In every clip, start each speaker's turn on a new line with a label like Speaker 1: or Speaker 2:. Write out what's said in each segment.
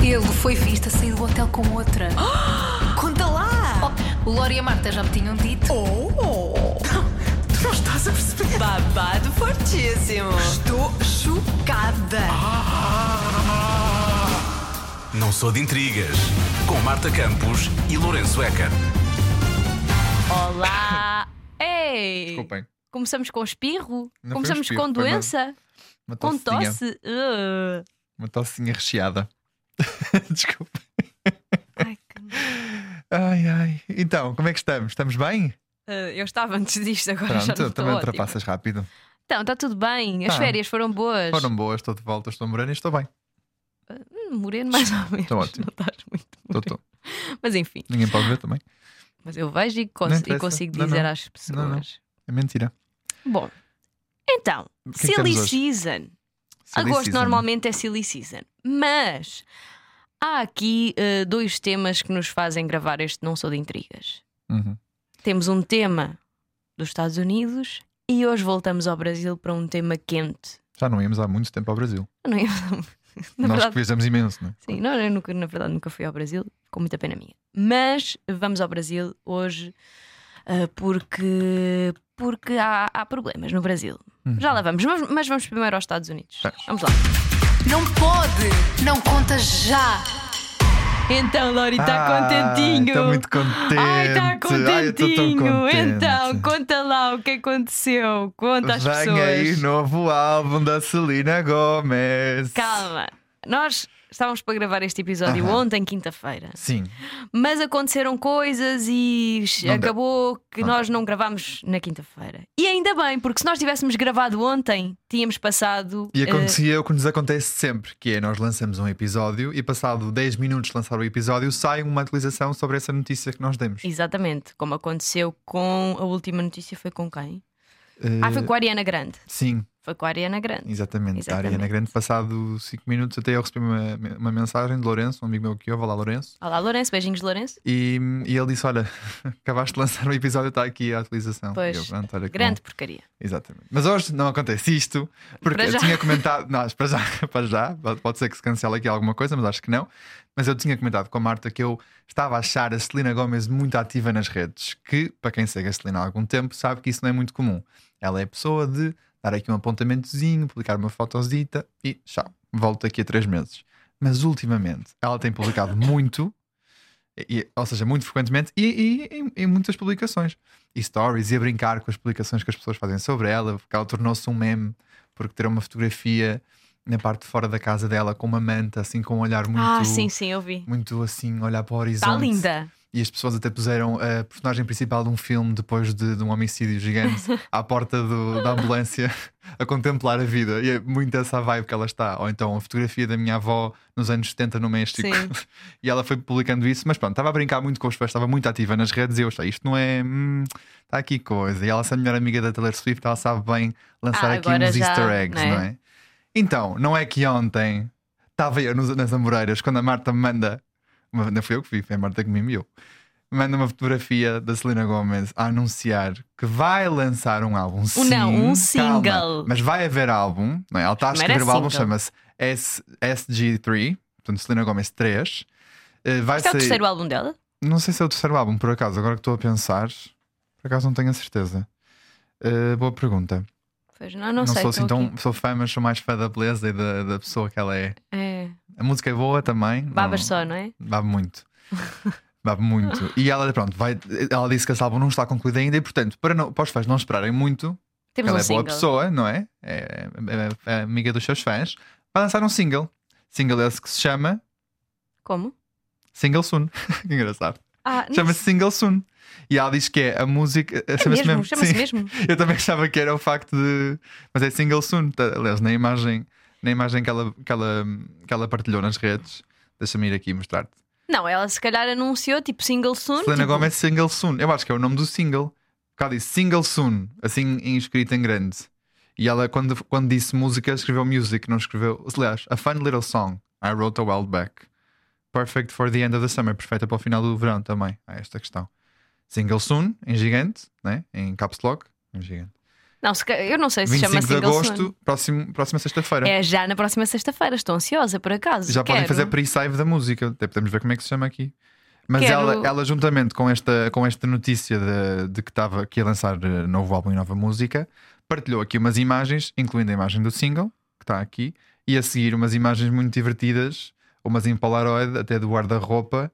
Speaker 1: Ele foi visto a sair do hotel com outra.
Speaker 2: Conta lá!
Speaker 1: Oh, o Lori e a Marta já me tinham dito.
Speaker 2: Oh!
Speaker 3: Tu não estás a perceber?
Speaker 2: Babado fortíssimo!
Speaker 3: Estou chocada.
Speaker 4: Não sou de intrigas. Com Marta Campos e Lourenço Eker.
Speaker 5: Olá! Ah, Ei!
Speaker 6: Desculpem.
Speaker 5: Começamos com
Speaker 6: Não
Speaker 5: espirro?
Speaker 6: foi um
Speaker 5: Começamos
Speaker 6: espirro,
Speaker 5: com
Speaker 6: foi uma-
Speaker 5: doença?
Speaker 6: Uma
Speaker 5: Com
Speaker 6: tossinha.
Speaker 5: tosse? Uh.
Speaker 6: Uma tossinha recheada. Desculpa.
Speaker 5: Ai, que-
Speaker 6: Ai, ai. Então, como é que estamos? Estamos bem?
Speaker 5: Uh, eu estava antes disto, agora já não
Speaker 6: Pronto,
Speaker 5: estou
Speaker 6: também
Speaker 5: ótimo.
Speaker 6: ultrapassas rápido.
Speaker 5: Então, está tudo bem. As
Speaker 6: Tá.
Speaker 5: férias foram boas.
Speaker 6: Foram boas, estou de volta, estou moreno e estou bem.
Speaker 5: Hum, Moreno, mais ou menos.
Speaker 6: Estou ótimo.
Speaker 5: Não estás muito
Speaker 6: Estou,
Speaker 5: moreno.
Speaker 6: estou.
Speaker 5: Mas enfim,
Speaker 6: Ninguém pode ver também.
Speaker 5: mas eu vejo e, cons-
Speaker 6: Não
Speaker 5: e
Speaker 6: interessa.
Speaker 5: consigo
Speaker 6: Não,
Speaker 5: dizer
Speaker 6: não.
Speaker 5: às pessoas.
Speaker 6: Não, não. É mentira.
Speaker 5: Bom, então,
Speaker 6: que é que
Speaker 5: Silly
Speaker 6: temos hoje?
Speaker 5: Season.
Speaker 6: Silly
Speaker 5: Agosto
Speaker 6: season.
Speaker 5: normalmente é Silly Season, mas há aqui eh, dois temas que nos fazem gravar este Não Sou de Intrigas.
Speaker 6: Uhum.
Speaker 5: Temos um tema dos Estados Unidos e hoje voltamos ao Brasil para um tema quente.
Speaker 6: Já não íamos há muito tempo ao Brasil.
Speaker 5: Não é?
Speaker 6: Nós que
Speaker 5: Na verdade,
Speaker 6: viajamos imenso, não é?
Speaker 5: sim, não, eu nunca, na verdade nunca fui ao Brasil, com muita pena minha. Mas vamos ao Brasil hoje eh, porque, porque há, há problemas no Brasil.
Speaker 6: Uhum.
Speaker 5: Já lá vamos, mas, mas vamos primeiro aos Estados Unidos. Vamos lá.
Speaker 1: Não pode! Não conta já!
Speaker 5: Então, Lori, está
Speaker 6: Ah,
Speaker 5: contentinho.
Speaker 6: Estou muito contente.
Speaker 5: Ai, está
Speaker 6: Ai, eu estou tão
Speaker 5: contentinho.
Speaker 6: contente.
Speaker 5: Então, conta lá o que aconteceu. Conta às
Speaker 6: Vem
Speaker 5: pessoas.
Speaker 6: aí novo álbum da Selena Gomez.
Speaker 5: Calma. Nós estávamos para gravar este episódio
Speaker 6: Aham.
Speaker 5: ontem, quinta-feira.
Speaker 6: Sim,
Speaker 5: Mas aconteceram coisas e
Speaker 6: Não deu.
Speaker 5: acabou que
Speaker 6: Não
Speaker 5: nós não gravámos na quinta-feira. E ainda bem, porque se nós tivéssemos gravado ontem, tínhamos passado.
Speaker 6: E
Speaker 5: eh,
Speaker 6: acontecia o que nos acontece sempre, que é nós lançamos um episódio e passado 10 minutos de lançar o episódio sai uma atualização sobre essa notícia que nós demos.
Speaker 5: Exatamente, como aconteceu com a última notícia, foi com quem?
Speaker 6: Eh,
Speaker 5: Ah, foi com a Ariana Grande.
Speaker 6: Sim,
Speaker 5: Foi com a Ariana Grande.
Speaker 6: exatamente.
Speaker 5: Exatamente.
Speaker 6: A Ariana Grande, passado 5 minutos, até eu recebi uma, uma mensagem de Lourenço, um amigo meu que eu, lá Lourenço,
Speaker 5: Olá, Lourenço, beijinhos, Lourenço.
Speaker 6: e, e ele disse: Olha, acabaste de lançar um episódio, está aqui a atualização. E
Speaker 5: Pois,
Speaker 6: eu, pronto, olha que
Speaker 5: Grande
Speaker 6: bom.
Speaker 5: porcaria.
Speaker 6: Exatamente. Mas hoje não acontece isto, porque
Speaker 5: Para já.
Speaker 6: eu tinha comentado, não, para já, para já, pode- pode ser que se cancele aqui alguma coisa, mas acho que não. Mas eu tinha comentado com a Marta que eu estava a achar a Celina Gomes muito ativa nas redes, que, para quem segue a Celina há algum tempo, sabe que isso não é muito comum. Ela é pessoa de dar aqui um apontamentozinho, publicar uma fotosita e tchau, volto daqui a três meses. Mas ultimamente ela tem publicado muito, e- e- ou seja, muito frequentemente, e, e- e- e muitas publicações. E stories, e a brincar com as publicações que as pessoas fazem sobre ela, porque ela tornou-se um meme, porque ter uma fotografia na parte de fora da casa dela com uma manta, assim, com um olhar muito
Speaker 5: Ah, sim, sim, eu vi.
Speaker 6: muito assim, olhar para o horizonte.
Speaker 5: Está linda.
Speaker 6: E as pessoas até puseram a personagem principal de um filme depois de, de um homicídio gigante à porta do- da ambulância a contemplar a vida. E é muito essa a vibe que ela está. Ou então a fotografia da minha avó nos anos 70 no México.
Speaker 5: Sim.
Speaker 6: e ela foi publicando isso, mas pronto, estava a brincar muito com os fãs, estava muito ativa nas redes e eu achei, isto não é. hum, Está aqui coisa. E ela, essa melhor amiga da Taylor Swift, ela sabe bem lançar
Speaker 5: Ah,
Speaker 6: aqui
Speaker 5: agora
Speaker 6: uns
Speaker 5: já,
Speaker 6: easter eggs,
Speaker 5: não é?
Speaker 6: não é? Então, não é que ontem estava eu nos- nas Amoreiras quando a Marta me manda. uma- Não fui eu que vi, foi a Marta que me enviou. Manda uma fotografia da Selena Gomez a anunciar que vai lançar um álbum. Sim,
Speaker 5: não, um
Speaker 6: calma,
Speaker 5: single.
Speaker 6: Mas vai haver álbum, não é? Ela está a
Speaker 5: Primeiro é
Speaker 6: escrever o álbum,
Speaker 5: single.
Speaker 6: chama-se S- SG3, portanto, Selena Gomez 3. Eh, Vai
Speaker 5: Este é o
Speaker 6: sair-
Speaker 5: terceiro álbum dela?
Speaker 6: não sei se é o terceiro álbum, por acaso, agora que estou a pensar. Por acaso não tenho a certeza. Eh, boa pergunta.
Speaker 5: Pois não, não, sei.
Speaker 6: sou
Speaker 5: estou
Speaker 6: assim tão.
Speaker 5: aqui.
Speaker 6: Sou fã, mas sou mais fã da beleza e da, da pessoa que ela é.
Speaker 5: É,
Speaker 6: A música é boa também.
Speaker 5: babas
Speaker 6: não-
Speaker 5: só, não é?
Speaker 6: Babe muito. Babe muito. E ela, pronto, vai, ela disse que esse álbum não está concluído ainda e, portanto, para, não, para os fãs não esperarem muito,
Speaker 5: Temos
Speaker 6: ela
Speaker 5: um
Speaker 6: é boa
Speaker 5: single.
Speaker 6: pessoa, não é? É, é- é amiga dos seus fãs. Vai lançar um single. Single esse que se chama
Speaker 5: Como?
Speaker 6: Single Soon. que engraçado.
Speaker 5: Ah, não
Speaker 6: Chama-se Single Soon. E ela diz que é a música.
Speaker 5: é
Speaker 6: chama-se
Speaker 5: mesmo, chama-se
Speaker 6: Sim.
Speaker 5: mesmo.
Speaker 6: Eu também achava que era o facto de. Mas é Single Soon. Tá- Aliás, na imagem, na imagem que, ela, que, ela, que ela partilhou nas redes. Deixa-me ir aqui mostrar-te.
Speaker 5: Não, ela se calhar anunciou tipo single soon.
Speaker 6: Selena
Speaker 5: tipo,
Speaker 6: Gomez Single Soon. Eu acho que é o nome do single. Cá disse Single Soon, assim em- escrito em grande. E ela, quando, quando disse música, escreveu music, não escreveu. Aliás, a fun little song I wrote a while back. Perfect for the end of the summer, perfeita para o final do verão É também. Há esta questão. Single Soon, em gigante, né? em caps lock, em gigante.
Speaker 5: Não, se ca- eu não sei se chama
Speaker 6: 25 de
Speaker 5: single
Speaker 6: agosto,
Speaker 5: Sun.
Speaker 6: próximo, próxima sexta-feira.
Speaker 5: É já na próxima sexta-feira, estou ansiosa por acaso.
Speaker 6: Já podem
Speaker 5: Quero.
Speaker 6: fazer pre-save da música, até podemos ver como é que se chama aqui. Mas
Speaker 5: Quero-
Speaker 6: ela, ela, juntamente com esta, com esta notícia de, de que estava que ia lançar eh, novo álbum e nova música, partilhou aqui umas imagens, incluindo a imagem do single, que está aqui, e a seguir umas imagens muito divertidas, umas em Polaroid, até do guarda-roupa,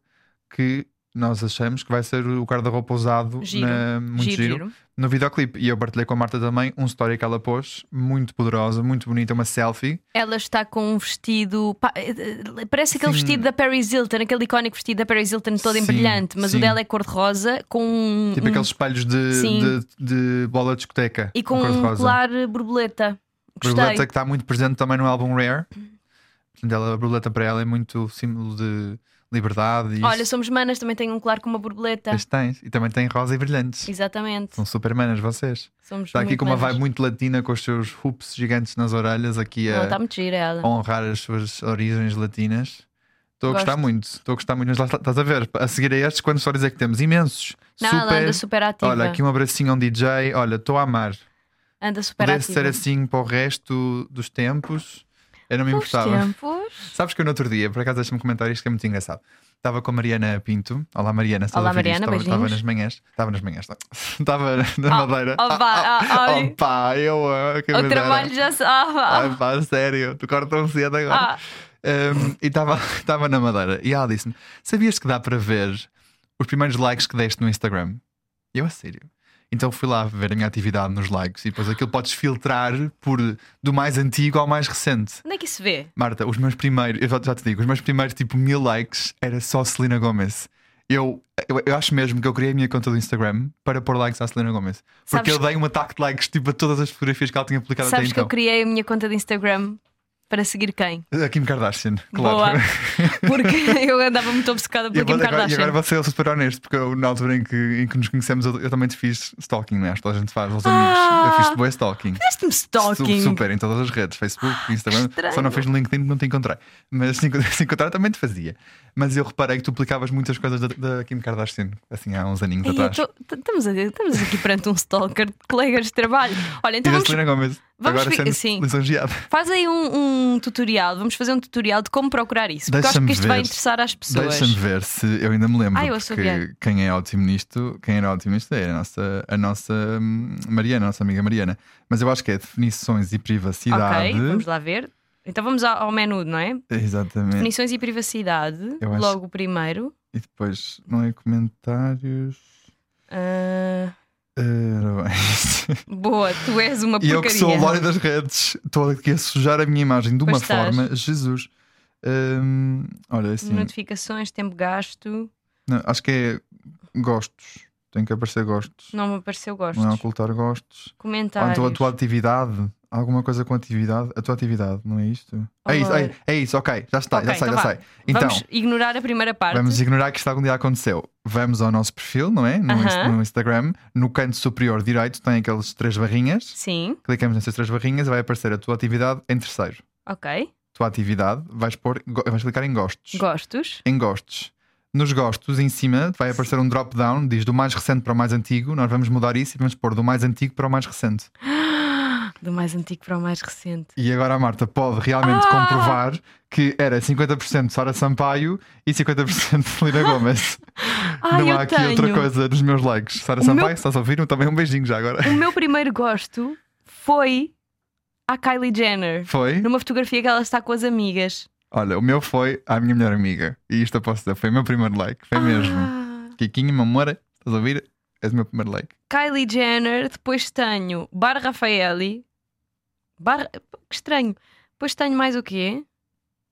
Speaker 6: que nós achamos que vai ser o guarda-roupa usado
Speaker 5: Giro.
Speaker 6: na- muito
Speaker 5: Giro,
Speaker 6: giro,
Speaker 5: giro.
Speaker 6: no videoclipe. E eu partilhei com a Marta também um story que ela pôs, muito poderosa, muito bonita, uma selfie.
Speaker 5: Ela está com um vestido. pá, eh, eh, Parece aquele
Speaker 6: Sim.
Speaker 5: vestido da Paris Hilton, aquele icónico vestido da Paris Hilton todo em
Speaker 6: Sim,
Speaker 5: brilhante, mas
Speaker 6: sim.
Speaker 5: o dela é cor-de-rosa com um.
Speaker 6: Tipo
Speaker 5: um-
Speaker 6: aqueles espelhos de,
Speaker 5: Sim.
Speaker 6: de, de bola de discoteca.
Speaker 5: E com um
Speaker 6: cor-de-rosa.
Speaker 5: colar borboleta. Gostei.
Speaker 6: Borboleta que está muito presente também no álbum Rare. Portanto, ela, a borboleta para ela é muito símbolo de liberdade. E
Speaker 5: Olha,
Speaker 6: isso.
Speaker 5: somos manas, também tenho um colar com uma borboleta.
Speaker 6: Pois tens. E também tem rosa e brilhantes.
Speaker 5: Exatamente.
Speaker 6: São supermanas vocês.
Speaker 5: Somos
Speaker 6: Está aqui
Speaker 5: muito
Speaker 6: com uma
Speaker 5: manas.
Speaker 6: vibe muito latina, com os seus hoops gigantes nas orelhas, aqui
Speaker 5: Não, está
Speaker 6: a,
Speaker 5: muito gira ela.
Speaker 6: a honrar as suas origens latinas. Estou a
Speaker 5: Gosto.
Speaker 6: gostar muito, estou a gostar muito, mas lá está- estás a ver, a seguir a estes, quantos stories é que temos? Imensos.
Speaker 5: Não, ela
Speaker 6: super.
Speaker 5: anda super ativa.
Speaker 6: Olha, aqui um abracinho a um DJ, olha, estou a amar.
Speaker 5: Anda super
Speaker 6: pudesse
Speaker 5: ativa.
Speaker 6: ser assim para o resto dos tempos, eu não me
Speaker 5: Os
Speaker 6: importava.
Speaker 5: tempos.
Speaker 6: Sabes que eu no outro dia, por acaso, deixa-me comentar isto que é muito engraçado. Estava com a Mariana Pinto. Olá, Mariana. se estás
Speaker 5: Olá,
Speaker 6: a ouvir isto,
Speaker 5: Mariana,
Speaker 6: estava- Estava
Speaker 5: beijinhos.
Speaker 6: nas manhãs. Estava nas manhãs. tá. Estava na
Speaker 5: Oh,
Speaker 6: Madeira.
Speaker 5: oh, vá, oh, olha.
Speaker 6: oh, pá, eu. ah, que me
Speaker 5: O
Speaker 6: dera.
Speaker 5: trabalho já se. Ah, ah,
Speaker 6: Ai, pá, sério. Tu cortas tão cedo agora.
Speaker 5: ah.
Speaker 6: Um, e estava estava na Madeira. E ela disse-me: Sabias que dá para ver os primeiros likes que deste no Instagram? E eu, a sério. Então fui lá ver a minha atividade nos likes e depois aquilo podes filtrar por do mais antigo ao mais recente.
Speaker 5: Onde é que isso vê?
Speaker 6: Marta, os meus primeiros, eu já- já te digo, os meus primeiros tipo mil likes era só Selena Gomes. Eu, eu, eu acho mesmo que eu criei a minha conta do Instagram para pôr likes à Selena Gomes. Porque
Speaker 5: Sabes
Speaker 6: eu dei um ataque de likes tipo, a todas as fotografias que ela tinha publicado
Speaker 5: Sabes que
Speaker 6: até
Speaker 5: eu
Speaker 6: então.
Speaker 5: criei a minha conta de Instagram para seguir quem?
Speaker 6: A Kim Kardashian, claro.
Speaker 5: Boa. Porque eu andava muito obcecada
Speaker 6: E
Speaker 5: pela
Speaker 6: agora,
Speaker 5: Kim
Speaker 6: agora- e
Speaker 5: Kardashian.
Speaker 6: agora você é super honesto, porque eu, na altura em que, em que nos conhecemos, eu, eu também te fiz stalking, né? Acho que toda a gente faz, aos amigos. Eu fiz-te boa stalking.
Speaker 5: Ah! Fizeste-me stalking. Ah,
Speaker 6: Su- Super, em todas as redes, Facebook, Instagram.
Speaker 5: estranho.
Speaker 6: Só não fez no LinkedIn, porque não te encontrei. Mas se encont- se encontrar, também te fazia. Mas eu reparei que tu publicavas muitas coisas da, da Kim Kardashian, assim há uns aninhos
Speaker 5: Ei, eu
Speaker 6: atrás.
Speaker 5: tô- t- estamos, a- estamos aqui perante um stalker de colegas de trabalho. Olha,
Speaker 6: E
Speaker 5: então
Speaker 6: da
Speaker 5: vamos,
Speaker 6: Selena Gomes,
Speaker 5: vamos
Speaker 6: agora
Speaker 5: fi-
Speaker 6: sendo
Speaker 5: sim.
Speaker 6: lisonjeada.
Speaker 5: faz aí um, um tutorial. Vamos fazer um tutorial de como procurar isso. Porque eu acho
Speaker 6: Deixa-me
Speaker 5: que isto
Speaker 6: ver.
Speaker 5: vai interessar às pessoas.
Speaker 6: Deixa-me ver se eu ainda me lembro.
Speaker 5: Ah, eu sou
Speaker 6: porque
Speaker 5: Bianca.
Speaker 6: quem é ótimo nisto, quem era ótimo nisto era a nossa, a nossa hum, Mariana, a nossa amiga Mariana. Mas eu acho que é definições e privacidade.
Speaker 5: Ok, vamos lá ver. Então vamos ao, ao menu, não é?
Speaker 6: Exatamente.
Speaker 5: Definições e privacidade.
Speaker 6: Eu acho-
Speaker 5: Logo o primeiro.
Speaker 6: E depois não é comentários.
Speaker 5: Ah,
Speaker 6: Ora bem.
Speaker 5: boa, tu és uma
Speaker 6: E
Speaker 5: porcaria.
Speaker 6: eu que sou o Lório das redes, estou aqui a sujar a minha imagem de uma
Speaker 5: Pois estás.
Speaker 6: forma. Jesus. Hum, olha, assim,
Speaker 5: Notificações, tempo gasto.
Speaker 6: não, acho que é gostos. Tem que aparecer gostos.
Speaker 5: Não me apareceu gostos.
Speaker 6: Não é ocultar gostos. Ou
Speaker 5: Comentários.
Speaker 6: então a tua atividade. Alguma coisa com atividade. A tua atividade, não é isto?
Speaker 5: Oh,
Speaker 6: é, isso, é,
Speaker 5: Lório.
Speaker 6: é isso, ok. Já está,
Speaker 5: Ok,
Speaker 6: já sei,
Speaker 5: então
Speaker 6: já
Speaker 5: vá.
Speaker 6: sei. Então,
Speaker 5: Vamos ignorar a primeira parte.
Speaker 6: Vamos ignorar que isto algum dia aconteceu. Vamos ao nosso perfil, não é? No, ins-
Speaker 5: Aham.
Speaker 6: no Instagram, no canto superior direito, tem aqueles três barrinhas.
Speaker 5: Sim,
Speaker 6: Clicamos nessas três barrinhas e vai aparecer a tua atividade em terceiro.
Speaker 5: ok.
Speaker 6: Tua atividade, vais, pôr, go- vais clicar em gostos.
Speaker 5: Gostos.
Speaker 6: em gostos. Nos gostos, em cima, vai aparecer um drop-down, diz do mais recente para o mais antigo. Nós vamos mudar isso e vamos pôr do mais antigo para o mais recente.
Speaker 5: Do mais antigo para o mais recente.
Speaker 6: E agora a Marta pode realmente
Speaker 5: Ah!
Speaker 6: comprovar que era 50% Sara Sampaio e 50% Celina Gomes.
Speaker 5: Ah,
Speaker 6: Não
Speaker 5: eu
Speaker 6: há aqui
Speaker 5: tenho.
Speaker 6: outra coisa dos meus likes. Sara
Speaker 5: O
Speaker 6: Sampaio,
Speaker 5: meu-
Speaker 6: se estás a ouvir, também um beijinho já agora.
Speaker 5: O meu primeiro gosto foi a Kylie Jenner.
Speaker 6: Foi?
Speaker 5: Numa fotografia que ela está com as amigas.
Speaker 6: Olha, o meu foi à minha melhor amiga. E isto eu posso dizer, foi o meu primeiro like. Foi mesmo.
Speaker 5: Ah,
Speaker 6: Kikinha, meu amor, estás a ouvir? És o meu primeiro like.
Speaker 5: Kylie Jenner, depois tenho Bar Raffaelli. Bar... Que estranho. Depois tenho mais o quê?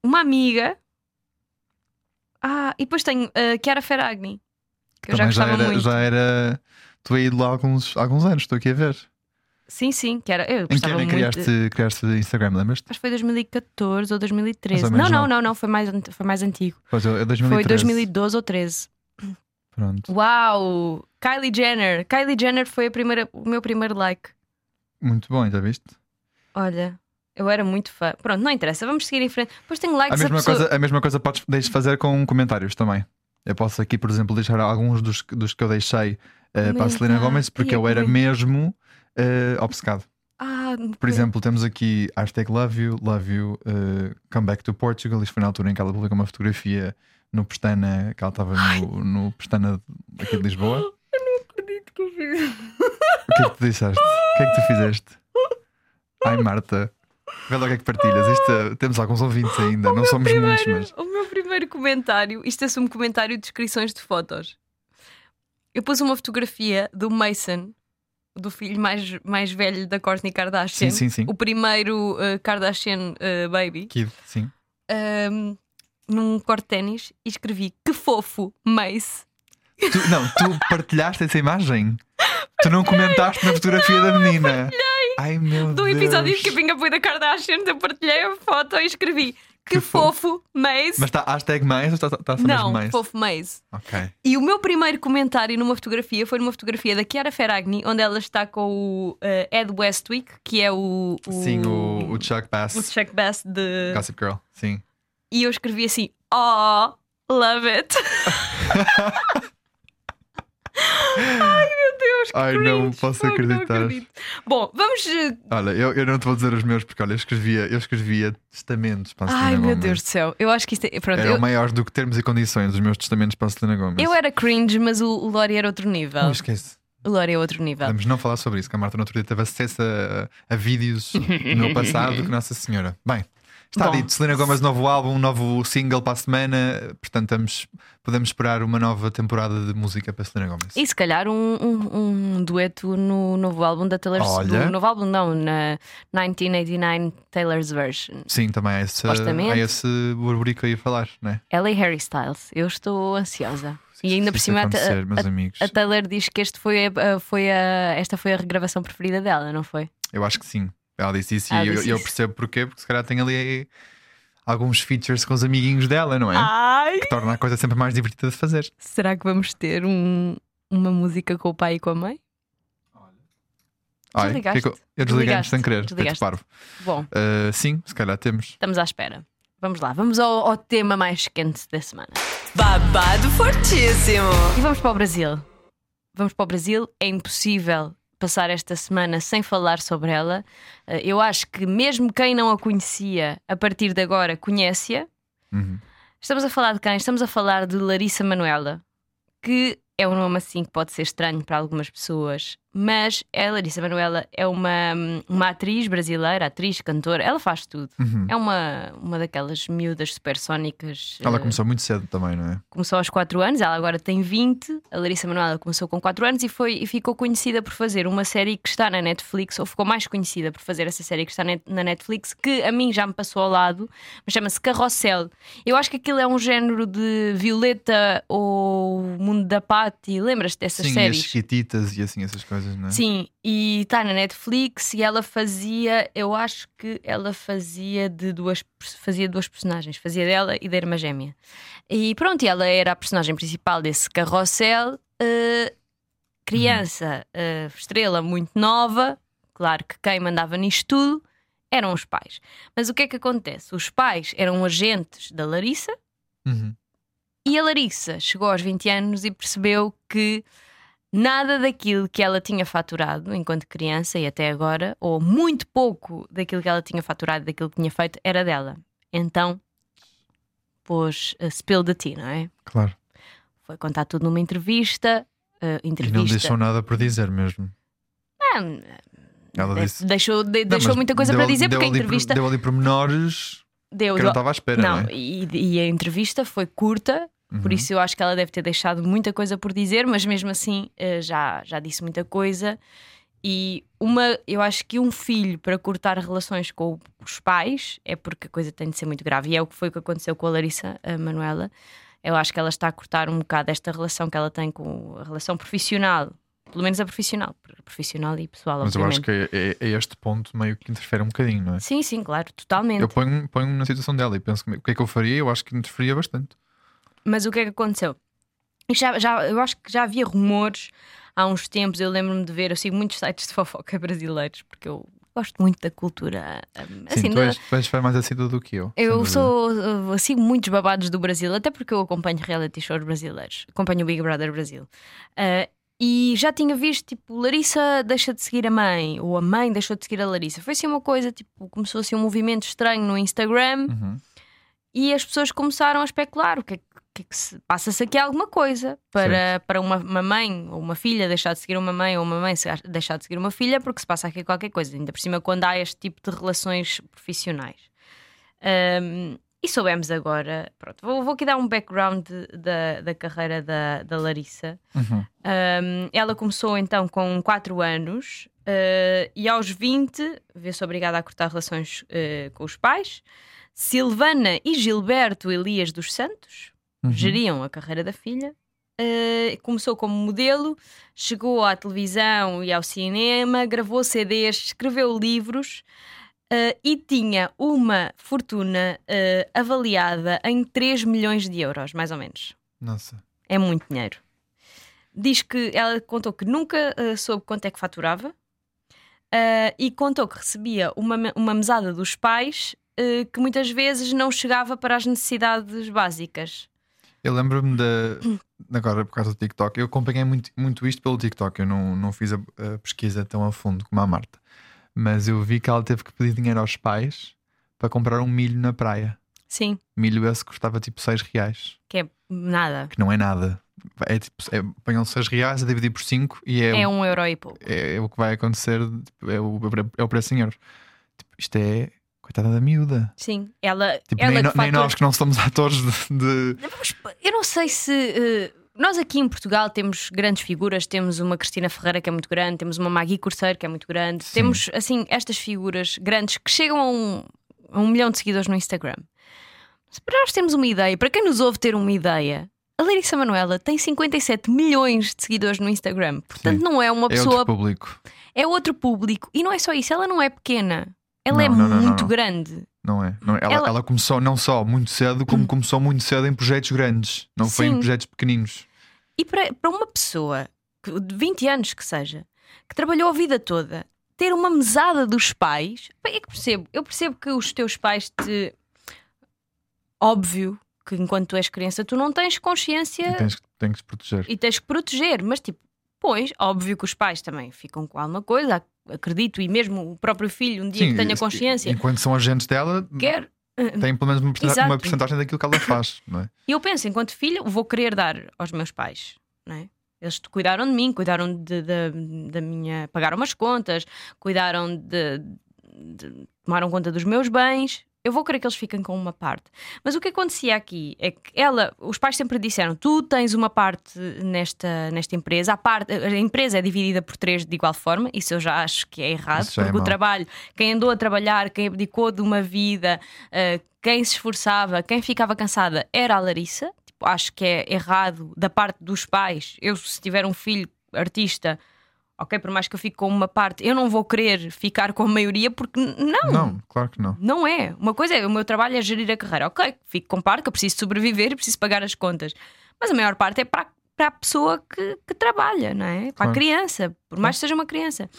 Speaker 5: Uma amiga. Ah, e depois tenho a Chiara Ferragni. Que eu já
Speaker 6: Também
Speaker 5: gostava
Speaker 6: era,
Speaker 5: muito.
Speaker 6: Já era. Tu aí de lá há alguns, há alguns anos, estou aqui a ver.
Speaker 5: Sim, sim, que era. Eu
Speaker 6: Em que
Speaker 5: gostava
Speaker 6: ano é que
Speaker 5: muito. de-
Speaker 6: criaste, criaste Instagram, lembras-te?
Speaker 5: Acho que foi 2014 ou 2013.
Speaker 6: Mais ou
Speaker 5: não,
Speaker 6: menos,
Speaker 5: não,
Speaker 6: não.
Speaker 5: não, não, foi mais, ant- foi mais antigo.
Speaker 6: Pois é, é 2013.
Speaker 5: Foi 2012 ou 13.
Speaker 6: Pronto.
Speaker 5: Uau! Kylie Jenner. Kylie Jenner foi a primeira, o meu primeiro like.
Speaker 6: Muito bom, já viste?
Speaker 5: Olha, eu era muito fã. Pronto, não interessa, vamos seguir em frente. Depois tenho
Speaker 6: A
Speaker 5: likes
Speaker 6: mesma,
Speaker 5: pessoa.
Speaker 6: coisa, a mesma coisa podes deixes fazer com comentários também. Eu posso aqui, por exemplo, deixar alguns dos, dos que eu deixei eh, para a Celina
Speaker 5: Comentar.
Speaker 6: Gomes, porque
Speaker 5: Ia
Speaker 6: eu era
Speaker 5: comer.
Speaker 6: mesmo. eh, eh, obcecado.
Speaker 5: Ah,
Speaker 6: Por exemplo, temos aqui hashtag love you, love you, eh, come back to Portugal. Isto foi na altura em que ela publicou uma fotografia no Pestana, que ela estava no, no Pestana de- aqui de Lisboa.
Speaker 5: acredito que eu fiz.
Speaker 6: O que é que tu disseste? O que é que tu fizeste? Ai, Marta, vê lá o que é que partilhas. Isto, eh, temos alguns ouvintes ainda, não somos muitos, mas.
Speaker 5: O meu primeiro comentário, isto é só um comentário de descrições de fotos. Eu pus uma fotografia do Mason, do filho mais, mais velho da Kourtney Kardashian.
Speaker 6: Sim, sim, sim.
Speaker 5: O primeiro eh, Kardashian eh, baby,
Speaker 6: Kid, sim.
Speaker 5: ahm, num corte de ténis, e escrevi que fofo, Mace.
Speaker 6: Tu- não, tu partilhaste essa imagem. Tu não comentaste na fotografia da menina. Ai meu
Speaker 5: Do
Speaker 6: Deus.
Speaker 5: episódio de Keeping Up with the Kardashians, eu partilhei a foto e escrevi que,
Speaker 6: Que
Speaker 5: fofo, Mace.
Speaker 6: Mas está hashtag mais ou está tá, tá só mesmo
Speaker 5: Não,
Speaker 6: mais?
Speaker 5: fofo, Mace.
Speaker 6: Ok.
Speaker 5: E o meu primeiro comentário numa fotografia foi numa fotografia da Chiara Ferragni, onde ela está com o eh, Ed Westwick, que é o, o,
Speaker 6: Sim, o, o Chuck Bass.
Speaker 5: o Chuck Bass de.
Speaker 6: Gossip Girl, sim.
Speaker 5: E eu escrevi assim: Oh, love it! Ai meu Deus! que
Speaker 6: Ai, não
Speaker 5: cringe,
Speaker 6: posso
Speaker 5: fogo, não
Speaker 6: acreditar.
Speaker 5: acredito. Bom, vamos. eh,
Speaker 6: Olha, eu, eu não te vou dizer os meus, porque olha, eu escrevia, eu escrevia testamentos para a Selena
Speaker 5: Ai meu
Speaker 6: Gomez.
Speaker 5: Deus do céu, eu acho que isto é. Pronto,
Speaker 6: Eram
Speaker 5: eu,
Speaker 6: maiores do que termos e condições, os meus testamentos para a Selena Gomes.
Speaker 5: eu era cringe, mas o, o Lori era outro nível.
Speaker 6: Não esquece.
Speaker 5: O Lori é outro nível.
Speaker 6: Podemos não falar sobre isso, que a Marta no outro dia teve acesso a, a vídeos no passado que Nossa Senhora. Bem, está
Speaker 5: Bom.
Speaker 6: dito, Selena Gomes, novo álbum, novo single para a semana, portanto estamos- podemos esperar uma nova temporada de música para Selena Gomes.
Speaker 5: E se calhar um, um- um dueto no novo álbum da Taylor Swift.
Speaker 6: Olha.
Speaker 5: No novo álbum, não, na 1989 Taylor's Version.
Speaker 6: Sim, também há esse,
Speaker 5: Supostamente.
Speaker 6: há esse burburico aí a falar, né?
Speaker 5: Ela e Harry Styles. Eu estou ansiosa. E ainda por
Speaker 6: Isso
Speaker 5: cima, a,
Speaker 6: acontecer, meus
Speaker 5: a-
Speaker 6: amigos.
Speaker 5: a Taylor diz que este foi a- a- foi a- esta foi a regravação preferida dela, não foi?
Speaker 6: Eu acho que sim. Ela disse isso
Speaker 5: Ela
Speaker 6: e eu,
Speaker 5: disse
Speaker 6: eu
Speaker 5: isso.
Speaker 6: percebo porquê, porque se calhar tem ali alguns features com os amiguinhos dela, não é?
Speaker 5: Ah. Ai!
Speaker 6: Que torna a coisa sempre mais divertida de fazer.
Speaker 5: Será que vamos ter um- uma música com o pai e com a mãe?
Speaker 6: Olha, o que é que eu, eu desliguei antes sem querer, feito
Speaker 5: Desligaste.
Speaker 6: parvo.
Speaker 5: Bom,
Speaker 6: Uh, sim, se calhar temos.
Speaker 5: estamos à espera. Vamos lá, vamos ao, ao tema mais quente da semana.
Speaker 2: Babado fortíssimo.
Speaker 5: E vamos para o Brasil. Vamos para o Brasil. É impossível passar esta semana sem falar sobre ela. Eh, Eu acho que mesmo quem não a conhecia, a partir de agora conhece-a.
Speaker 6: Uhum.
Speaker 5: Estamos a falar de quem? Estamos a falar de Larissa Manuela, que é um nome assim que pode ser estranho para algumas pessoas, mas a Larissa Manuela é uma, uma atriz brasileira, atriz, cantora, ela faz tudo.
Speaker 6: Uhum.
Speaker 5: É uma, uma daquelas miúdas supersónicas.
Speaker 6: Ela
Speaker 5: eh,
Speaker 6: começou muito cedo também, não é?
Speaker 5: começou aos 4 anos, ela agora tem 20. A Larissa Manoela começou com 4 anos e, foi, e ficou conhecida por fazer uma série que está na Netflix, ou ficou mais conhecida por fazer essa série que está net- na Netflix, que a mim já me passou ao lado, mas chama-se Carrossel. Eu acho que aquilo é um género de Violeta ou Mundo da Patti, lembras-te dessas
Speaker 6: sim, e as
Speaker 5: séries?
Speaker 6: chiquititas e assim, essas coisas, não é?
Speaker 5: Sim, e está na Netflix e ela fazia, eu acho que ela fazia de duas, fazia duas personagens, fazia dela e da irmã gêmea. E pronto, e ela era a personagem principal desse carrossel, eh, criança, eh, estrela muito nova, claro que quem mandava nisto tudo eram os pais. Mas o que é que acontece? Os pais eram agentes da Larissa,
Speaker 6: Uhum.
Speaker 5: e a Larissa chegou aos 20 anos e percebeu que nada daquilo que ela tinha faturado enquanto criança e até agora, ou muito pouco daquilo que ela tinha faturado, daquilo que tinha feito, era dela. Então, pôs eh, a spill de ti, não é?
Speaker 6: Claro.
Speaker 5: Foi contar tudo numa entrevista. eh,
Speaker 6: E não
Speaker 5: entrevista.
Speaker 6: deixou nada por dizer mesmo.
Speaker 5: Ah,
Speaker 6: Ela
Speaker 5: de-
Speaker 6: disse.
Speaker 5: Deixou, de-
Speaker 6: Não,
Speaker 5: deixou
Speaker 6: mas
Speaker 5: muita coisa
Speaker 6: deu
Speaker 5: para
Speaker 6: ali-
Speaker 5: dizer
Speaker 6: deu
Speaker 5: porque a
Speaker 6: ali por-
Speaker 5: entrevista.
Speaker 6: Deu ali pormenores
Speaker 5: Deu,
Speaker 6: que eu
Speaker 5: deu-
Speaker 6: não estava à espera, não,
Speaker 5: não,
Speaker 6: é?
Speaker 5: e, e a entrevista foi curta, por
Speaker 6: Uhum.
Speaker 5: isso eu acho que ela deve ter deixado muita coisa por dizer, mas mesmo assim eh, já, já disse muita coisa. E uma, eu acho que um filho para cortar relações com os pais é porque a coisa tem de ser muito grave, e é o que foi que aconteceu com a Larissa a Manuela. Eu acho que ela está a cortar um bocado esta relação que ela tem com a relação profissional, pelo menos a profissional, profissional e pessoal,
Speaker 6: Mas eu
Speaker 5: obviamente.
Speaker 6: acho que é, é- é este ponto meio que interfere um bocadinho, não é?
Speaker 5: Sim, sim, claro, totalmente.
Speaker 6: Eu ponho-me ponho na situação dela e penso como é- o que é que eu faria, eu acho que interferia bastante.
Speaker 5: Mas o que é que aconteceu? Isto Já, já- eu acho que já havia rumores há uns tempos. Eu lembro-me de ver, eu sigo muitos sites de fofoca brasileiros, porque eu gosto muito da cultura. hum, Assim,
Speaker 6: sim, tu
Speaker 5: da-
Speaker 6: és, tu és mais assídua do que eu. sem
Speaker 5: eu
Speaker 6: dúvida.
Speaker 5: sou, eu sigo muitos babados do Brasil, até porque eu acompanho reality shows brasileiros, acompanho o Big Brother Brasil. Ah, E já tinha visto, tipo, Larissa deixa de seguir a mãe, ou a mãe deixou de seguir a Larissa. Foi assim uma coisa, tipo, começou assim um movimento estranho no Instagram
Speaker 6: Uhum.
Speaker 5: e as pessoas começaram a especular o que é que. o que é que se- Passa-se aqui alguma coisa para, para uma, uma mãe ou uma filha deixar de seguir uma mãe ou uma mãe se- deixar de seguir uma filha, porque se passa aqui qualquer coisa, ainda por cima quando há este tipo de relações profissionais. Ahm, e soubemos agora, pronto, vou, vou aqui dar um background de- da, da carreira da, da Larissa.
Speaker 6: Uhum.
Speaker 5: Um, ela começou então com 4 anos uh, e aos 20 vê-se obrigada a cortar relações uh, com os pais. Silvana e Gilberto Elias dos Santos
Speaker 6: Uhum.
Speaker 5: geriam a carreira da filha. Uh, começou como modelo, chegou à televisão e ao cinema, gravou CDs, escreveu livros uh, e tinha uma fortuna uh, avaliada em 3 milhões de euros, mais ou menos.
Speaker 6: Nossa.
Speaker 5: É muito dinheiro. Diz que ela contou que nunca eh, soube quanto é que faturava eh, e contou que recebia uma, me- uma mesada dos pais eh, que muitas vezes não chegava para as necessidades básicas.
Speaker 6: Eu lembro-me
Speaker 5: Hum.
Speaker 6: da. Agora, por causa do TikTok, eu acompanhei muito, muito isto pelo TikTok. Eu não, não fiz a, a pesquisa tão a fundo como a Marta. Mas eu vi que ela teve que pedir dinheiro aos pais para comprar um milho na praia.
Speaker 5: Sim,
Speaker 6: Milho esse custava tipo 6 reais,
Speaker 5: que é nada.
Speaker 6: que não é nada. É tipo, é, apanham 6 reais a dividir por 5 e é,
Speaker 5: É
Speaker 6: o,
Speaker 5: um euro e pouco.
Speaker 6: é, é o que vai acontecer, tipo, é, o, é o preço em euros. Tipo, isto é. Coitada da miúda.
Speaker 5: Sim, ela,
Speaker 6: Tipo,
Speaker 5: ela
Speaker 6: nem,
Speaker 5: de
Speaker 6: no- nem
Speaker 5: fator-
Speaker 6: nós que não somos atores de. de-
Speaker 5: Mas, pá, Eu não sei se. eh, nós aqui em Portugal temos grandes figuras, temos uma Cristina Ferreira que é muito grande, temos uma Magui Corseiro que é muito grande,
Speaker 6: Sim.
Speaker 5: temos assim estas figuras grandes que chegam a um, a um milhão de seguidores no Instagram. Mas para nós temos uma ideia, para quem nos ouve ter uma ideia, a Larissa Manuela tem 57 milhões de seguidores no Instagram, portanto
Speaker 6: Sim.
Speaker 5: não é uma
Speaker 6: é outro
Speaker 5: pessoa,
Speaker 6: público.
Speaker 5: é outro público. E não é só isso, ela não é pequena, ela é
Speaker 6: Não, não, não, não,
Speaker 5: muito
Speaker 6: não.
Speaker 5: grande.
Speaker 6: Não é? Não é? Ela,
Speaker 5: Ela- Hum.
Speaker 6: ela começou não só muito cedo, como começou muito cedo em projetos grandes, não foi em
Speaker 5: Sim.
Speaker 6: projetos pequeninos.
Speaker 5: E para, para uma pessoa, que- de 20 anos que seja, que trabalhou a vida toda, ter uma mesada dos pais, bem, é que percebo. Eu percebo que os teus pais te. Óbvio que enquanto tu és criança tu não tens consciência
Speaker 6: E tens, que- tens que se proteger.
Speaker 5: É. e tens que proteger, mas tipo, pois, óbvio que os pais também ficam com alguma coisa, ac- acredito, e mesmo o próprio filho, um dia que tenha
Speaker 6: isso-
Speaker 5: consciência,
Speaker 6: Enquanto são agentes dela,
Speaker 5: quer
Speaker 6: tem pelo menos uma, porcenta-
Speaker 5: Exato.
Speaker 6: uma porcentagem daquilo que ela faz, não é?
Speaker 5: E eu penso, enquanto filho, vou querer dar aos meus pais, não é? Eles cuidaram de mim, cuidaram de- da- da minha. pagaram as contas, cuidaram de, de- tomaram conta dos meus bens. Eu vou querer que eles fiquem com uma parte. Mas o que acontecia aqui é que ela, os pais sempre disseram: tu tens uma parte nesta, nesta empresa, a, parte, a empresa é dividida por três de igual forma, isso eu já acho que é errado,
Speaker 6: Isso já é
Speaker 5: porque o
Speaker 6: mau.
Speaker 5: trabalho, quem andou a trabalhar, quem abdicou de uma vida, eh, quem se esforçava, quem ficava cansada era a Larissa. Tipo, acho que é errado da parte dos pais. Eu, se tiver um filho artista. Ok, por mais que eu fique com uma parte, eu não vou querer ficar com a maioria porque n-
Speaker 6: Não, claro que não.
Speaker 5: não é. Uma coisa é, o meu trabalho é gerir a carreira. Ok, fico com parte, que eu preciso sobreviver e preciso pagar as contas. Mas a maior parte é para, para a pessoa que, que trabalha, não é? Para
Speaker 6: Claro.
Speaker 5: a criança, por mais que seja uma criança.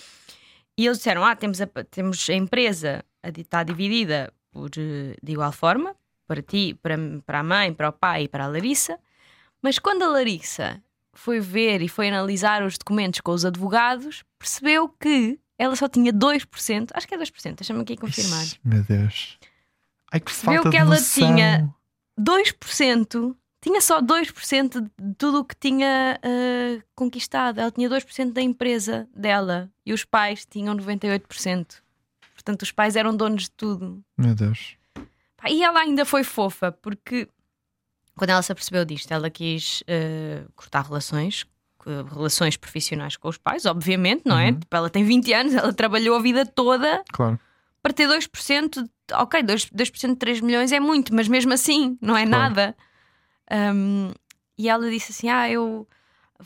Speaker 5: E eles disseram: ah, temos a, temos a empresa, a di- está dividida por, eh, de igual forma, para ti, para, para a mãe, para o pai e para a Larissa. Mas quando a Larissa foi ver e foi analisar os documentos com os advogados, percebeu que ela só tinha 2%, acho que é 2%, deixa-me aqui confirmar.
Speaker 6: Ixi, meu Deus. Ai, que
Speaker 5: Percebeu
Speaker 6: falta
Speaker 5: que
Speaker 6: de
Speaker 5: ela
Speaker 6: noção.
Speaker 5: tinha- 2%, tinha só 2% de tudo o que tinha ah, conquistado. Ela tinha 2% da empresa dela e os pais tinham 98%. Portanto, os pais eram donos de tudo.
Speaker 6: Meu Deus.
Speaker 5: Pá, E ela ainda foi fofa, porque quando ela se apercebeu disto, ela quis ah, cortar relações. co- Relações profissionais com os pais, obviamente, não é?
Speaker 6: Uhum.
Speaker 5: Tipo, ela tem 20 anos, ela trabalhou a vida toda
Speaker 6: Claro.
Speaker 5: para ter 2%, de- ok, 2%, 2 de 3 milhões é muito, mas mesmo assim não é
Speaker 6: Claro.
Speaker 5: nada. Um, e ela disse assim: Ah, eu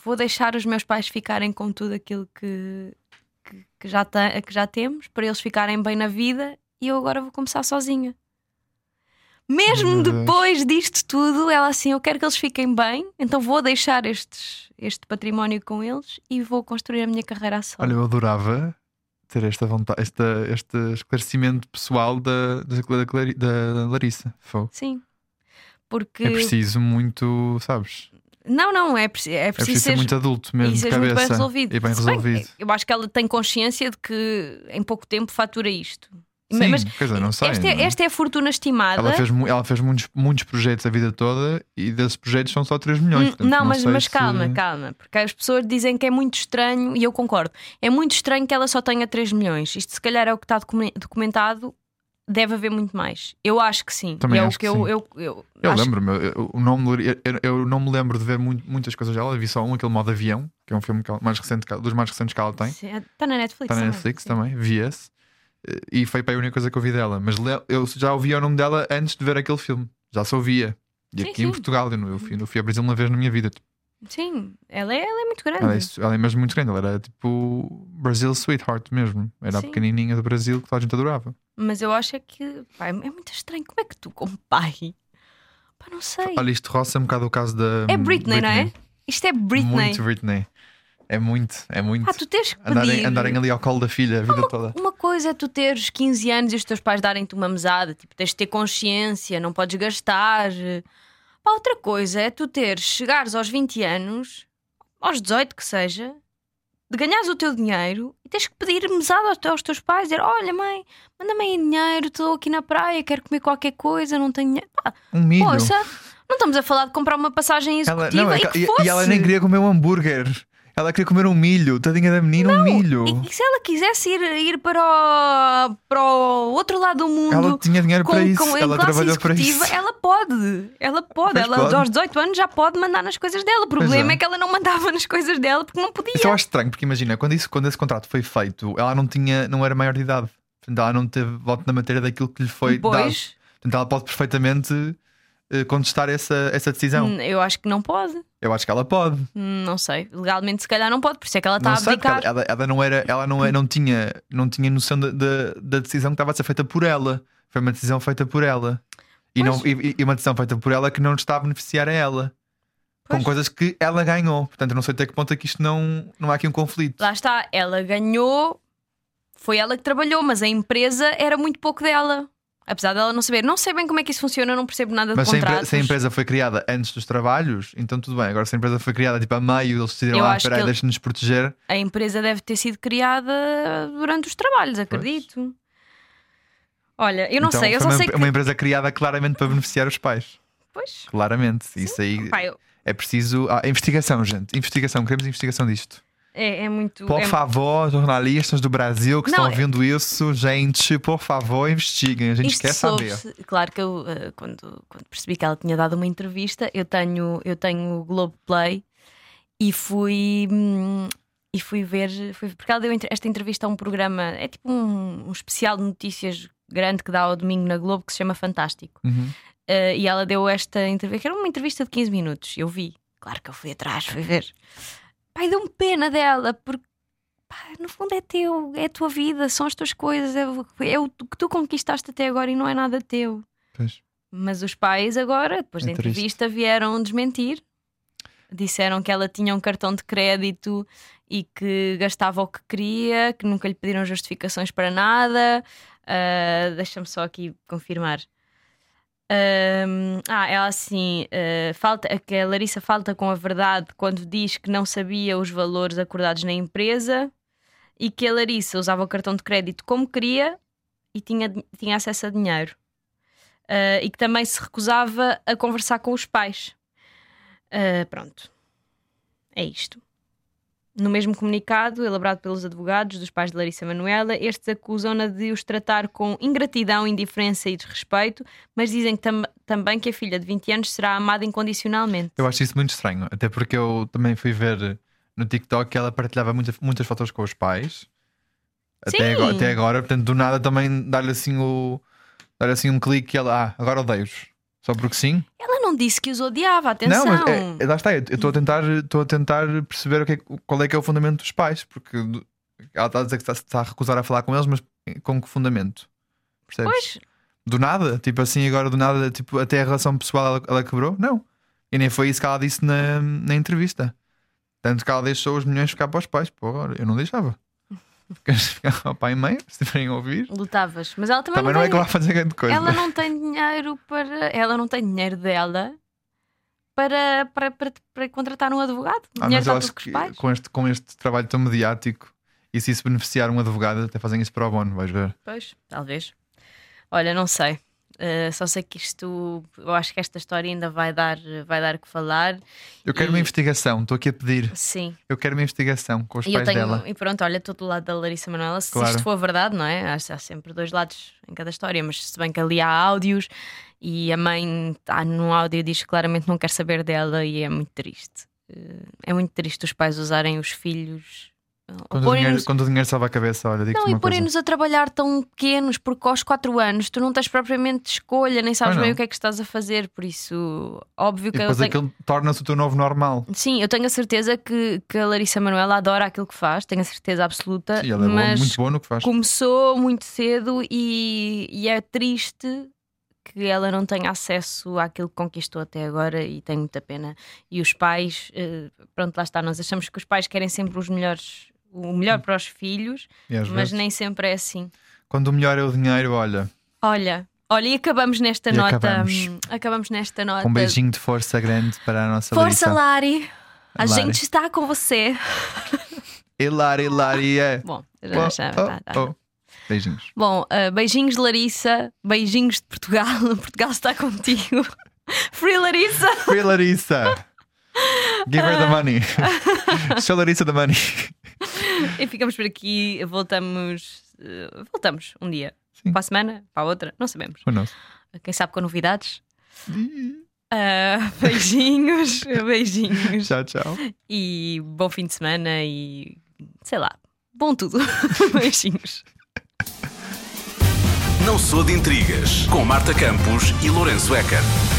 Speaker 5: vou deixar os meus pais ficarem com tudo aquilo que, que, que já, te- que já temos, para eles ficarem bem na vida, e eu agora vou começar sozinha. Mesmo
Speaker 6: Meu Deus.
Speaker 5: depois disto tudo, ela assim: Eu quero que eles fiquem bem, então vou deixar estes, este património com eles e vou construir a minha carreira a solo.
Speaker 6: Olha, eu adorava ter esta vontade, esta, este esclarecimento pessoal da, da, da Clari- da Larissa. Fogo.
Speaker 5: Sim. Porque
Speaker 6: É preciso muito, sabes?
Speaker 5: Não, não, é, preci- é
Speaker 6: É preciso
Speaker 5: preciso
Speaker 6: ser muito
Speaker 5: ser.
Speaker 6: adulto mesmo, de
Speaker 5: isso é muito
Speaker 6: cabeça.
Speaker 5: bem resolvido.
Speaker 6: E bem
Speaker 5: Se bem que
Speaker 6: resolvido.
Speaker 5: eu acho que ela tem consciência de que em pouco tempo fatura isto.
Speaker 6: Sim,
Speaker 5: eh, Mas
Speaker 6: quer dizer, não sei.
Speaker 5: esta, é,
Speaker 6: não é?
Speaker 5: esta é a fortuna estimada.
Speaker 6: Ela fez, mu- ela fez muitos, muitos projetos a vida toda e desses projetos são só 3 milhões.
Speaker 5: Hum,
Speaker 6: portanto,
Speaker 5: não, mas,
Speaker 6: sei
Speaker 5: mas
Speaker 6: se-
Speaker 5: calma, calma, porque as pessoas dizem que é muito estranho, e eu concordo, é muito estranho que ela só tenha 3 milhões. Isto se calhar é o que está documen- documentado, deve haver muito mais. Eu acho que sim.
Speaker 6: Também
Speaker 5: é
Speaker 6: acho
Speaker 5: o
Speaker 6: que
Speaker 5: que,
Speaker 6: sim.
Speaker 5: eu, eu, eu,
Speaker 6: Eu
Speaker 5: acho-
Speaker 6: lembro-me, eu, eu- o nome- eu- eu- eu não me lembro de ver mu- muitas coisas dela. Vi só um, aquele modo avião, que é um filme que ela- mais recente, que ela- dos mais recentes que ela tem.
Speaker 5: Sim, Está na Netflix. é?
Speaker 6: Está na Netflix
Speaker 5: sim.
Speaker 6: também, vi esse. Eh, E foi para a única coisa que eu vi dela. Mas le- eu já ouvia o nome dela antes de ver aquele filme. Já só ouvia. E
Speaker 5: Sim,
Speaker 6: aqui em
Speaker 5: sim.
Speaker 6: Portugal, eu, não- eu fui, eu fui a Brasil uma vez na minha vida. Tipo,
Speaker 5: Sim, ela é, ela é muito grande.
Speaker 6: Ela é, su- ela é mesmo muito grande. Ela era tipo Brasil Sweetheart mesmo. Era a
Speaker 5: Sim.
Speaker 6: pequenininha do Brasil que toda a gente adorava.
Speaker 5: Mas eu acho é que pá, é muito estranho. Como é que tu, como pai? Pá, não sei.
Speaker 6: Olha, isto roça um bocado o caso da.
Speaker 5: é Britney, não é? Isto é Britney.
Speaker 6: Muito Britney. É muito, é muito.
Speaker 5: Pá, tu Oh, tens que pedir.
Speaker 6: andarem, andarem ali ao colo da filha a vida toda.
Speaker 5: Uma coisa é tu teres 15 anos e os teus pais darem-te uma mesada, tipo, tens de ter consciência, não podes gastar. Pá, outra coisa é tu teres, chegares aos 20 anos, aos 18 que seja, de ganhares o teu dinheiro e tens que pedir mesada aos, te- aos teus pais, dizer: Olha, mãe, manda-me aí dinheiro, estou aqui na praia, quero comer qualquer coisa, não tenho dinheiro. Pá,
Speaker 6: Um milho.
Speaker 5: poça, não estamos a falar de comprar uma passagem
Speaker 6: Ela-
Speaker 5: executiva
Speaker 6: é
Speaker 5: e,
Speaker 6: que-
Speaker 5: que
Speaker 6: e-
Speaker 5: fosse.
Speaker 6: e ela nem queria comer um hambúrguer. Ela queria comer um milho. Tadinha da menina, um milho.
Speaker 5: E, e se ela quisesse ir, ir para, o, para o outro lado do mundo
Speaker 6: Ela tinha dinheiro para isso.
Speaker 5: em
Speaker 6: ela
Speaker 5: classe
Speaker 6: trabalhou para isso.
Speaker 5: executiva, Ela pode, ela pode,
Speaker 6: Pois
Speaker 5: ela
Speaker 6: pode.
Speaker 5: aos 18 anos já pode mandar nas coisas dela. O problema
Speaker 6: é.
Speaker 5: é. que ela não mandava nas coisas dela porque não podia.
Speaker 6: Isso eu acho estranho, porque imagina, quando, isso, quando esse contrato foi feito, ela não tinha, não era maior de idade. Portanto, ela não teve voto na matéria daquilo que lhe foi dado.
Speaker 5: Pois,
Speaker 6: Portanto, ela pode perfeitamente eh, contestar essa, essa decisão.
Speaker 5: hum, eu acho que não pode.
Speaker 6: Eu acho que ela pode.
Speaker 5: Hum, Não sei, legalmente se calhar não pode, por isso é que ela está
Speaker 6: não
Speaker 5: a
Speaker 6: sei, porque ela,
Speaker 5: abdicar.
Speaker 6: ela, ela não era, ela não, é- não tinha, não tinha noção da, da, da decisão que estava a ser feita por ela. Foi uma decisão feita por ela. E,
Speaker 5: Pois.
Speaker 6: não, e, e uma decisão feita por ela que não está a beneficiar a ela. Com
Speaker 5: Pois.
Speaker 6: coisas que ela ganhou. Portanto, eu não sei até que ponto é que isto não, não há aqui um conflito.
Speaker 5: Lá está, ela ganhou, foi ela que trabalhou, mas a empresa era muito pouco dela. Apesar dela não saber, não sei bem como é que isso funciona, eu não percebo nada de
Speaker 6: Mas se a, empre-
Speaker 5: contratos.
Speaker 6: se a empresa foi criada antes dos trabalhos, então tudo bem. Agora, se a empresa foi criada tipo a meio, eles decidiram,
Speaker 5: Eu
Speaker 6: ah,
Speaker 5: acho
Speaker 6: espera aí,
Speaker 5: que ele-
Speaker 6: deixa-nos proteger.
Speaker 5: A empresa deve ter sido criada durante os trabalhos, acredito. Olha, eu não
Speaker 6: Então,
Speaker 5: sei,
Speaker 6: foi
Speaker 5: eu só
Speaker 6: uma,
Speaker 5: sei
Speaker 6: empre-
Speaker 5: que.
Speaker 6: uma empresa criada claramente para beneficiar os pais.
Speaker 5: Pois,
Speaker 6: Claramente. Isso aí
Speaker 5: pá, eu-
Speaker 6: é preciso. Ah, investigação, gente. Investigação. Queremos investigação disto.
Speaker 5: é, é muito.
Speaker 6: Por
Speaker 5: é-
Speaker 6: favor, jornalistas do Brasil que
Speaker 5: Não,
Speaker 6: estão ouvindo isso, gente, por favor, investiguem. A gente
Speaker 5: isto
Speaker 6: quer saber.
Speaker 5: soube-se- Claro que eu, eh, quando, quando percebi que ela tinha dado uma entrevista, eu tenho, eu tenho o Globoplay e fui. hum, e fui ver, fui, porque ela deu entre- esta entrevista a um programa, é tipo um, um especial de notícias grande que dá ao domingo na Globo que se chama Fantástico.
Speaker 6: Uhum.
Speaker 5: Eh, e ela deu esta entrevista, que era uma entrevista de 15 minutos, eu vi. Claro que eu fui atrás, fui ver. Pai, deu-me pena dela, porque pá, no fundo é teu, é a tua vida, são as tuas coisas, é, o- é o que tu conquistaste até agora e não é nada teu.
Speaker 6: Pois.
Speaker 5: Mas os pais agora, depois
Speaker 6: É
Speaker 5: da
Speaker 6: triste.
Speaker 5: entrevista, vieram desmentir. Disseram que ela tinha um cartão de crédito e que gastava o que queria, que nunca lhe pediram justificações para nada. Ah, Deixa-me só aqui confirmar. Ahm, ah, ela assim ah, falta, é que a Larissa falta com a verdade quando diz que não sabia os valores acordados na empresa e que a Larissa usava o cartão de crédito como queria e tinha, din- tinha acesso a dinheiro Ah, e que também se recusava a conversar com os pais. Ah, pronto, é isto. No mesmo comunicado, elaborado pelos advogados dos pais de Larissa Manuela, estes acusam-na de os tratar com ingratidão, indiferença e desrespeito, mas dizem tam- também que a filha de 20 anos será amada incondicionalmente.
Speaker 6: Eu acho isso muito estranho, até porque eu também fui ver no TikTok que ela partilhava muita- muitas fotos com os pais. Até
Speaker 5: Sim.
Speaker 6: agora, até agora, portanto, do nada também dar-lhe assim o dar assim um clique e ela, ah, agora odeio-os. Só porque sim?
Speaker 5: Ela não disse que os odiava, atenção.
Speaker 6: Não, mas é, é- lá está, eu eu estou a tentar, estou a tentar perceber o que é que- qual é que é o fundamento dos pais, porque ela está a dizer que está, está a recusar a falar com eles, mas com que fundamento? Percebes?
Speaker 5: Pois,
Speaker 6: Do nada, tipo assim, agora do nada, tipo, até a relação pessoal ela, ela quebrou? Não. E nem foi isso que ela disse na, na entrevista. Tanto que ela deixou os milhões ficar para os pais. Pô, olha, eu não deixava. Ficava ao pai e mãe, se tiverem a ouvir.
Speaker 5: lutavas. Mas ela também,
Speaker 6: Também não
Speaker 5: não, é
Speaker 6: é
Speaker 5: tem-
Speaker 6: que ela vai fazer grande coisa.
Speaker 5: ela não tem dinheiro para. Ela não tem dinheiro dela para, para, para, para contratar um advogado. O
Speaker 6: Ah,
Speaker 5: dinheiro
Speaker 6: mas eu
Speaker 5: está
Speaker 6: acho
Speaker 5: tudo com
Speaker 6: que
Speaker 5: os pais.
Speaker 6: com este, com este trabalho tão mediático e se isso beneficiar um advogado, até fazem isso para o bono, vais ver.
Speaker 5: Pois, talvez. Olha, não sei. Uh, só sei que isto, eu acho que esta história ainda vai dar, vai dar o que falar.
Speaker 6: Eu quero
Speaker 5: E-
Speaker 6: uma investigação, estou aqui a pedir.
Speaker 5: Sim,
Speaker 6: Eu quero uma investigação com os
Speaker 5: e eu
Speaker 6: pais
Speaker 5: tenho.
Speaker 6: dela.
Speaker 5: E pronto, olha, estou do lado da Larissa Manuela. Se
Speaker 6: Claro.
Speaker 5: isto for verdade, não é? Há, há sempre dois lados em cada história, mas se bem que ali há áudios e a mãe está num áudio diz que claramente não quer saber dela e é muito triste. Uh, É muito triste os pais usarem os filhos. uh, ou
Speaker 6: Quando o,
Speaker 5: porem-nos-
Speaker 6: dinheiro, quando o dinheiro salva a cabeça, olha, digo-te
Speaker 5: Não, e
Speaker 6: uma coisa.
Speaker 5: porem-nos a trabalhar tão pequenos, porque aos 4 anos tu não tens propriamente escolha, nem sabes
Speaker 6: Pois não.
Speaker 5: bem o que é que estás a fazer, por isso, óbvio
Speaker 6: E
Speaker 5: que eu
Speaker 6: depois
Speaker 5: tenho.
Speaker 6: aquilo torna-se o teu novo normal.
Speaker 5: Sim, eu tenho a certeza que, que a Larissa Manuela adora aquilo que faz, tenho a certeza absoluta,
Speaker 6: E ela é boa-
Speaker 5: mas
Speaker 6: muito boa no que faz.
Speaker 5: começou muito cedo e, e é triste que ela não tenha acesso àquilo que conquistou até agora e tenho muita pena. E os pais, eh, pronto, lá está, nós achamos que os pais querem sempre os melhores, o melhor para os filhos,
Speaker 6: E às
Speaker 5: mas
Speaker 6: vezes,
Speaker 5: nem sempre é assim.
Speaker 6: Quando o melhor é o dinheiro, olha,
Speaker 5: Olha, olha, e acabamos nesta
Speaker 6: E
Speaker 5: nota.
Speaker 6: acabamos.
Speaker 5: hum, Acabamos nesta nota.
Speaker 6: um beijinho de força grande para a nossa
Speaker 5: Força,
Speaker 6: Larissa.
Speaker 5: Lari. A
Speaker 6: Lari.
Speaker 5: gente está com você.
Speaker 6: Hilari, Hilari, é.
Speaker 5: Bom, já,
Speaker 6: Oh,
Speaker 5: já,
Speaker 6: oh,
Speaker 5: tá, tá.
Speaker 6: oh. Beijinhos.
Speaker 5: Bom, ah, beijinhos, Larissa. Beijinhos de Portugal. Portugal está contigo. Free Larissa.
Speaker 6: Free Larissa. Give her the money. Show Larissa the money.
Speaker 5: E ficamos por aqui. Voltamos. eh, voltamos um dia.
Speaker 6: Sim.
Speaker 5: Para a semana, para a outra, não sabemos.
Speaker 6: Who knows?
Speaker 5: Quem sabe com novidades. Ah, beijinhos, beijinhos.
Speaker 6: Tchau, tchau.
Speaker 5: E bom fim de semana e sei lá, bom tudo. Beijinhos.
Speaker 4: Não sou de intrigas com Marta Campos e Lourenço Eker.